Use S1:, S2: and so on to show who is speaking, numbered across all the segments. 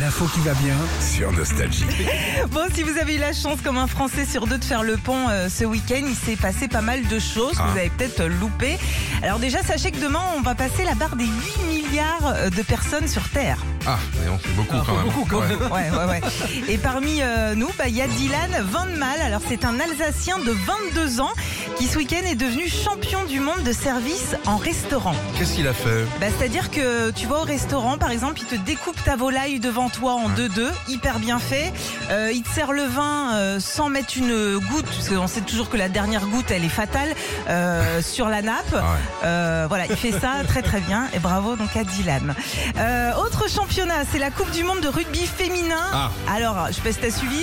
S1: L'info qui va bien sur Nostalgie.
S2: Bon, si vous avez eu la chance, comme un Français sur deux, de faire le pont euh, ce week-end, il s'est passé pas mal de choses que
S1: Ah.
S2: vous avez peut-être loupé. Alors déjà, sachez que demain, on va passer la barre des 8 milliards euh, de personnes sur Terre.
S3: Ah, mais on fait beaucoup quand même. hein. Ouais.
S2: Ouais, ouais, ouais. Et parmi euh, nous, bah, il y a Dylan Van Mal. Alors, c'est un Alsacien de 22 ans qui, ce week-end, est devenu champion du monde de service en restaurant.
S3: Qu'est-ce qu'il a fait
S2: Bah, C'est-à-dire que tu vas au restaurant, par exemple, il te découpe ta volaille devant toi en deux-deux, hyper bien fait. Euh, il te sert le vin euh, sans mettre une goutte, parce qu'on sait toujours que la dernière goutte, elle est fatale, euh, sur la nappe.
S3: Ah ouais.
S2: Euh, voilà, il fait ça très très bien et bravo donc à Dylan. Euh, autre championnat, c'est la Coupe du Monde de rugby féminin.
S3: Ah.
S2: Alors, je sais pas si t'as suivi.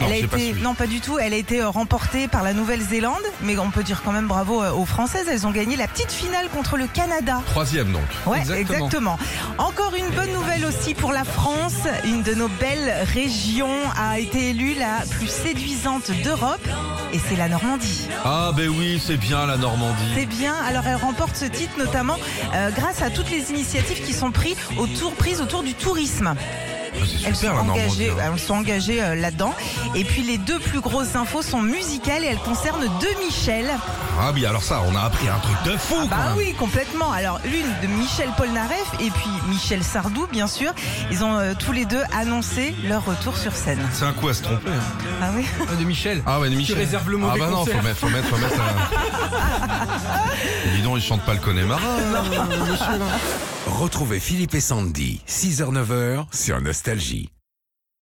S3: Non,
S2: Elle a
S3: j'ai pas
S2: été,
S3: suivi.
S2: non pas du tout, elle a été euh, remportée par la Nouvelle-Zélande, mais on peut dire quand même bravo euh, aux Françaises, elles ont gagné la petite finale contre le Canada.
S3: Troisième donc.
S2: Ouais, exactement. Encore une bonne nouvelle aussi pour la France. Une de nos belles régions a été élue la plus séduisante d'Europe. Et c'est la Normandie.
S3: Ah ben oui, c'est bien la Normandie.
S2: C'est bien. Alors elle remporte ce titre notamment euh, grâce à toutes les initiatives qui sont prises autour, prises autour du tourisme.
S3: Ah, C'est super
S2: Elles sont
S3: la Normandie.
S2: engagées,
S3: hein.
S2: elles sont engagées euh, là-dedans. Et puis les deux plus grosses infos sont musicales et elles concernent deux Michel.
S3: Ah oui, alors ça, on a appris un truc de fou quand
S2: Bah
S3: même.
S2: oui, complètement. Alors l'une de Michel Polnareff et puis Michel Sardou, bien sûr. Ils ont euh, tous les deux annoncé leur retour sur scène.
S3: C'est un coup à se tromper. hein.
S2: Ah oui.
S4: de Michel.
S3: Ah ouais, Michel.
S4: réserves le
S3: Ah
S4: mauvais
S3: bah non,
S4: concert.
S3: faut mettre, faut mettre, faut mettre. un- Dis donc, il chante pas le Connemara.
S1: Retrouvez Philippe et Sandy, 6h-9h sur Nostalgie.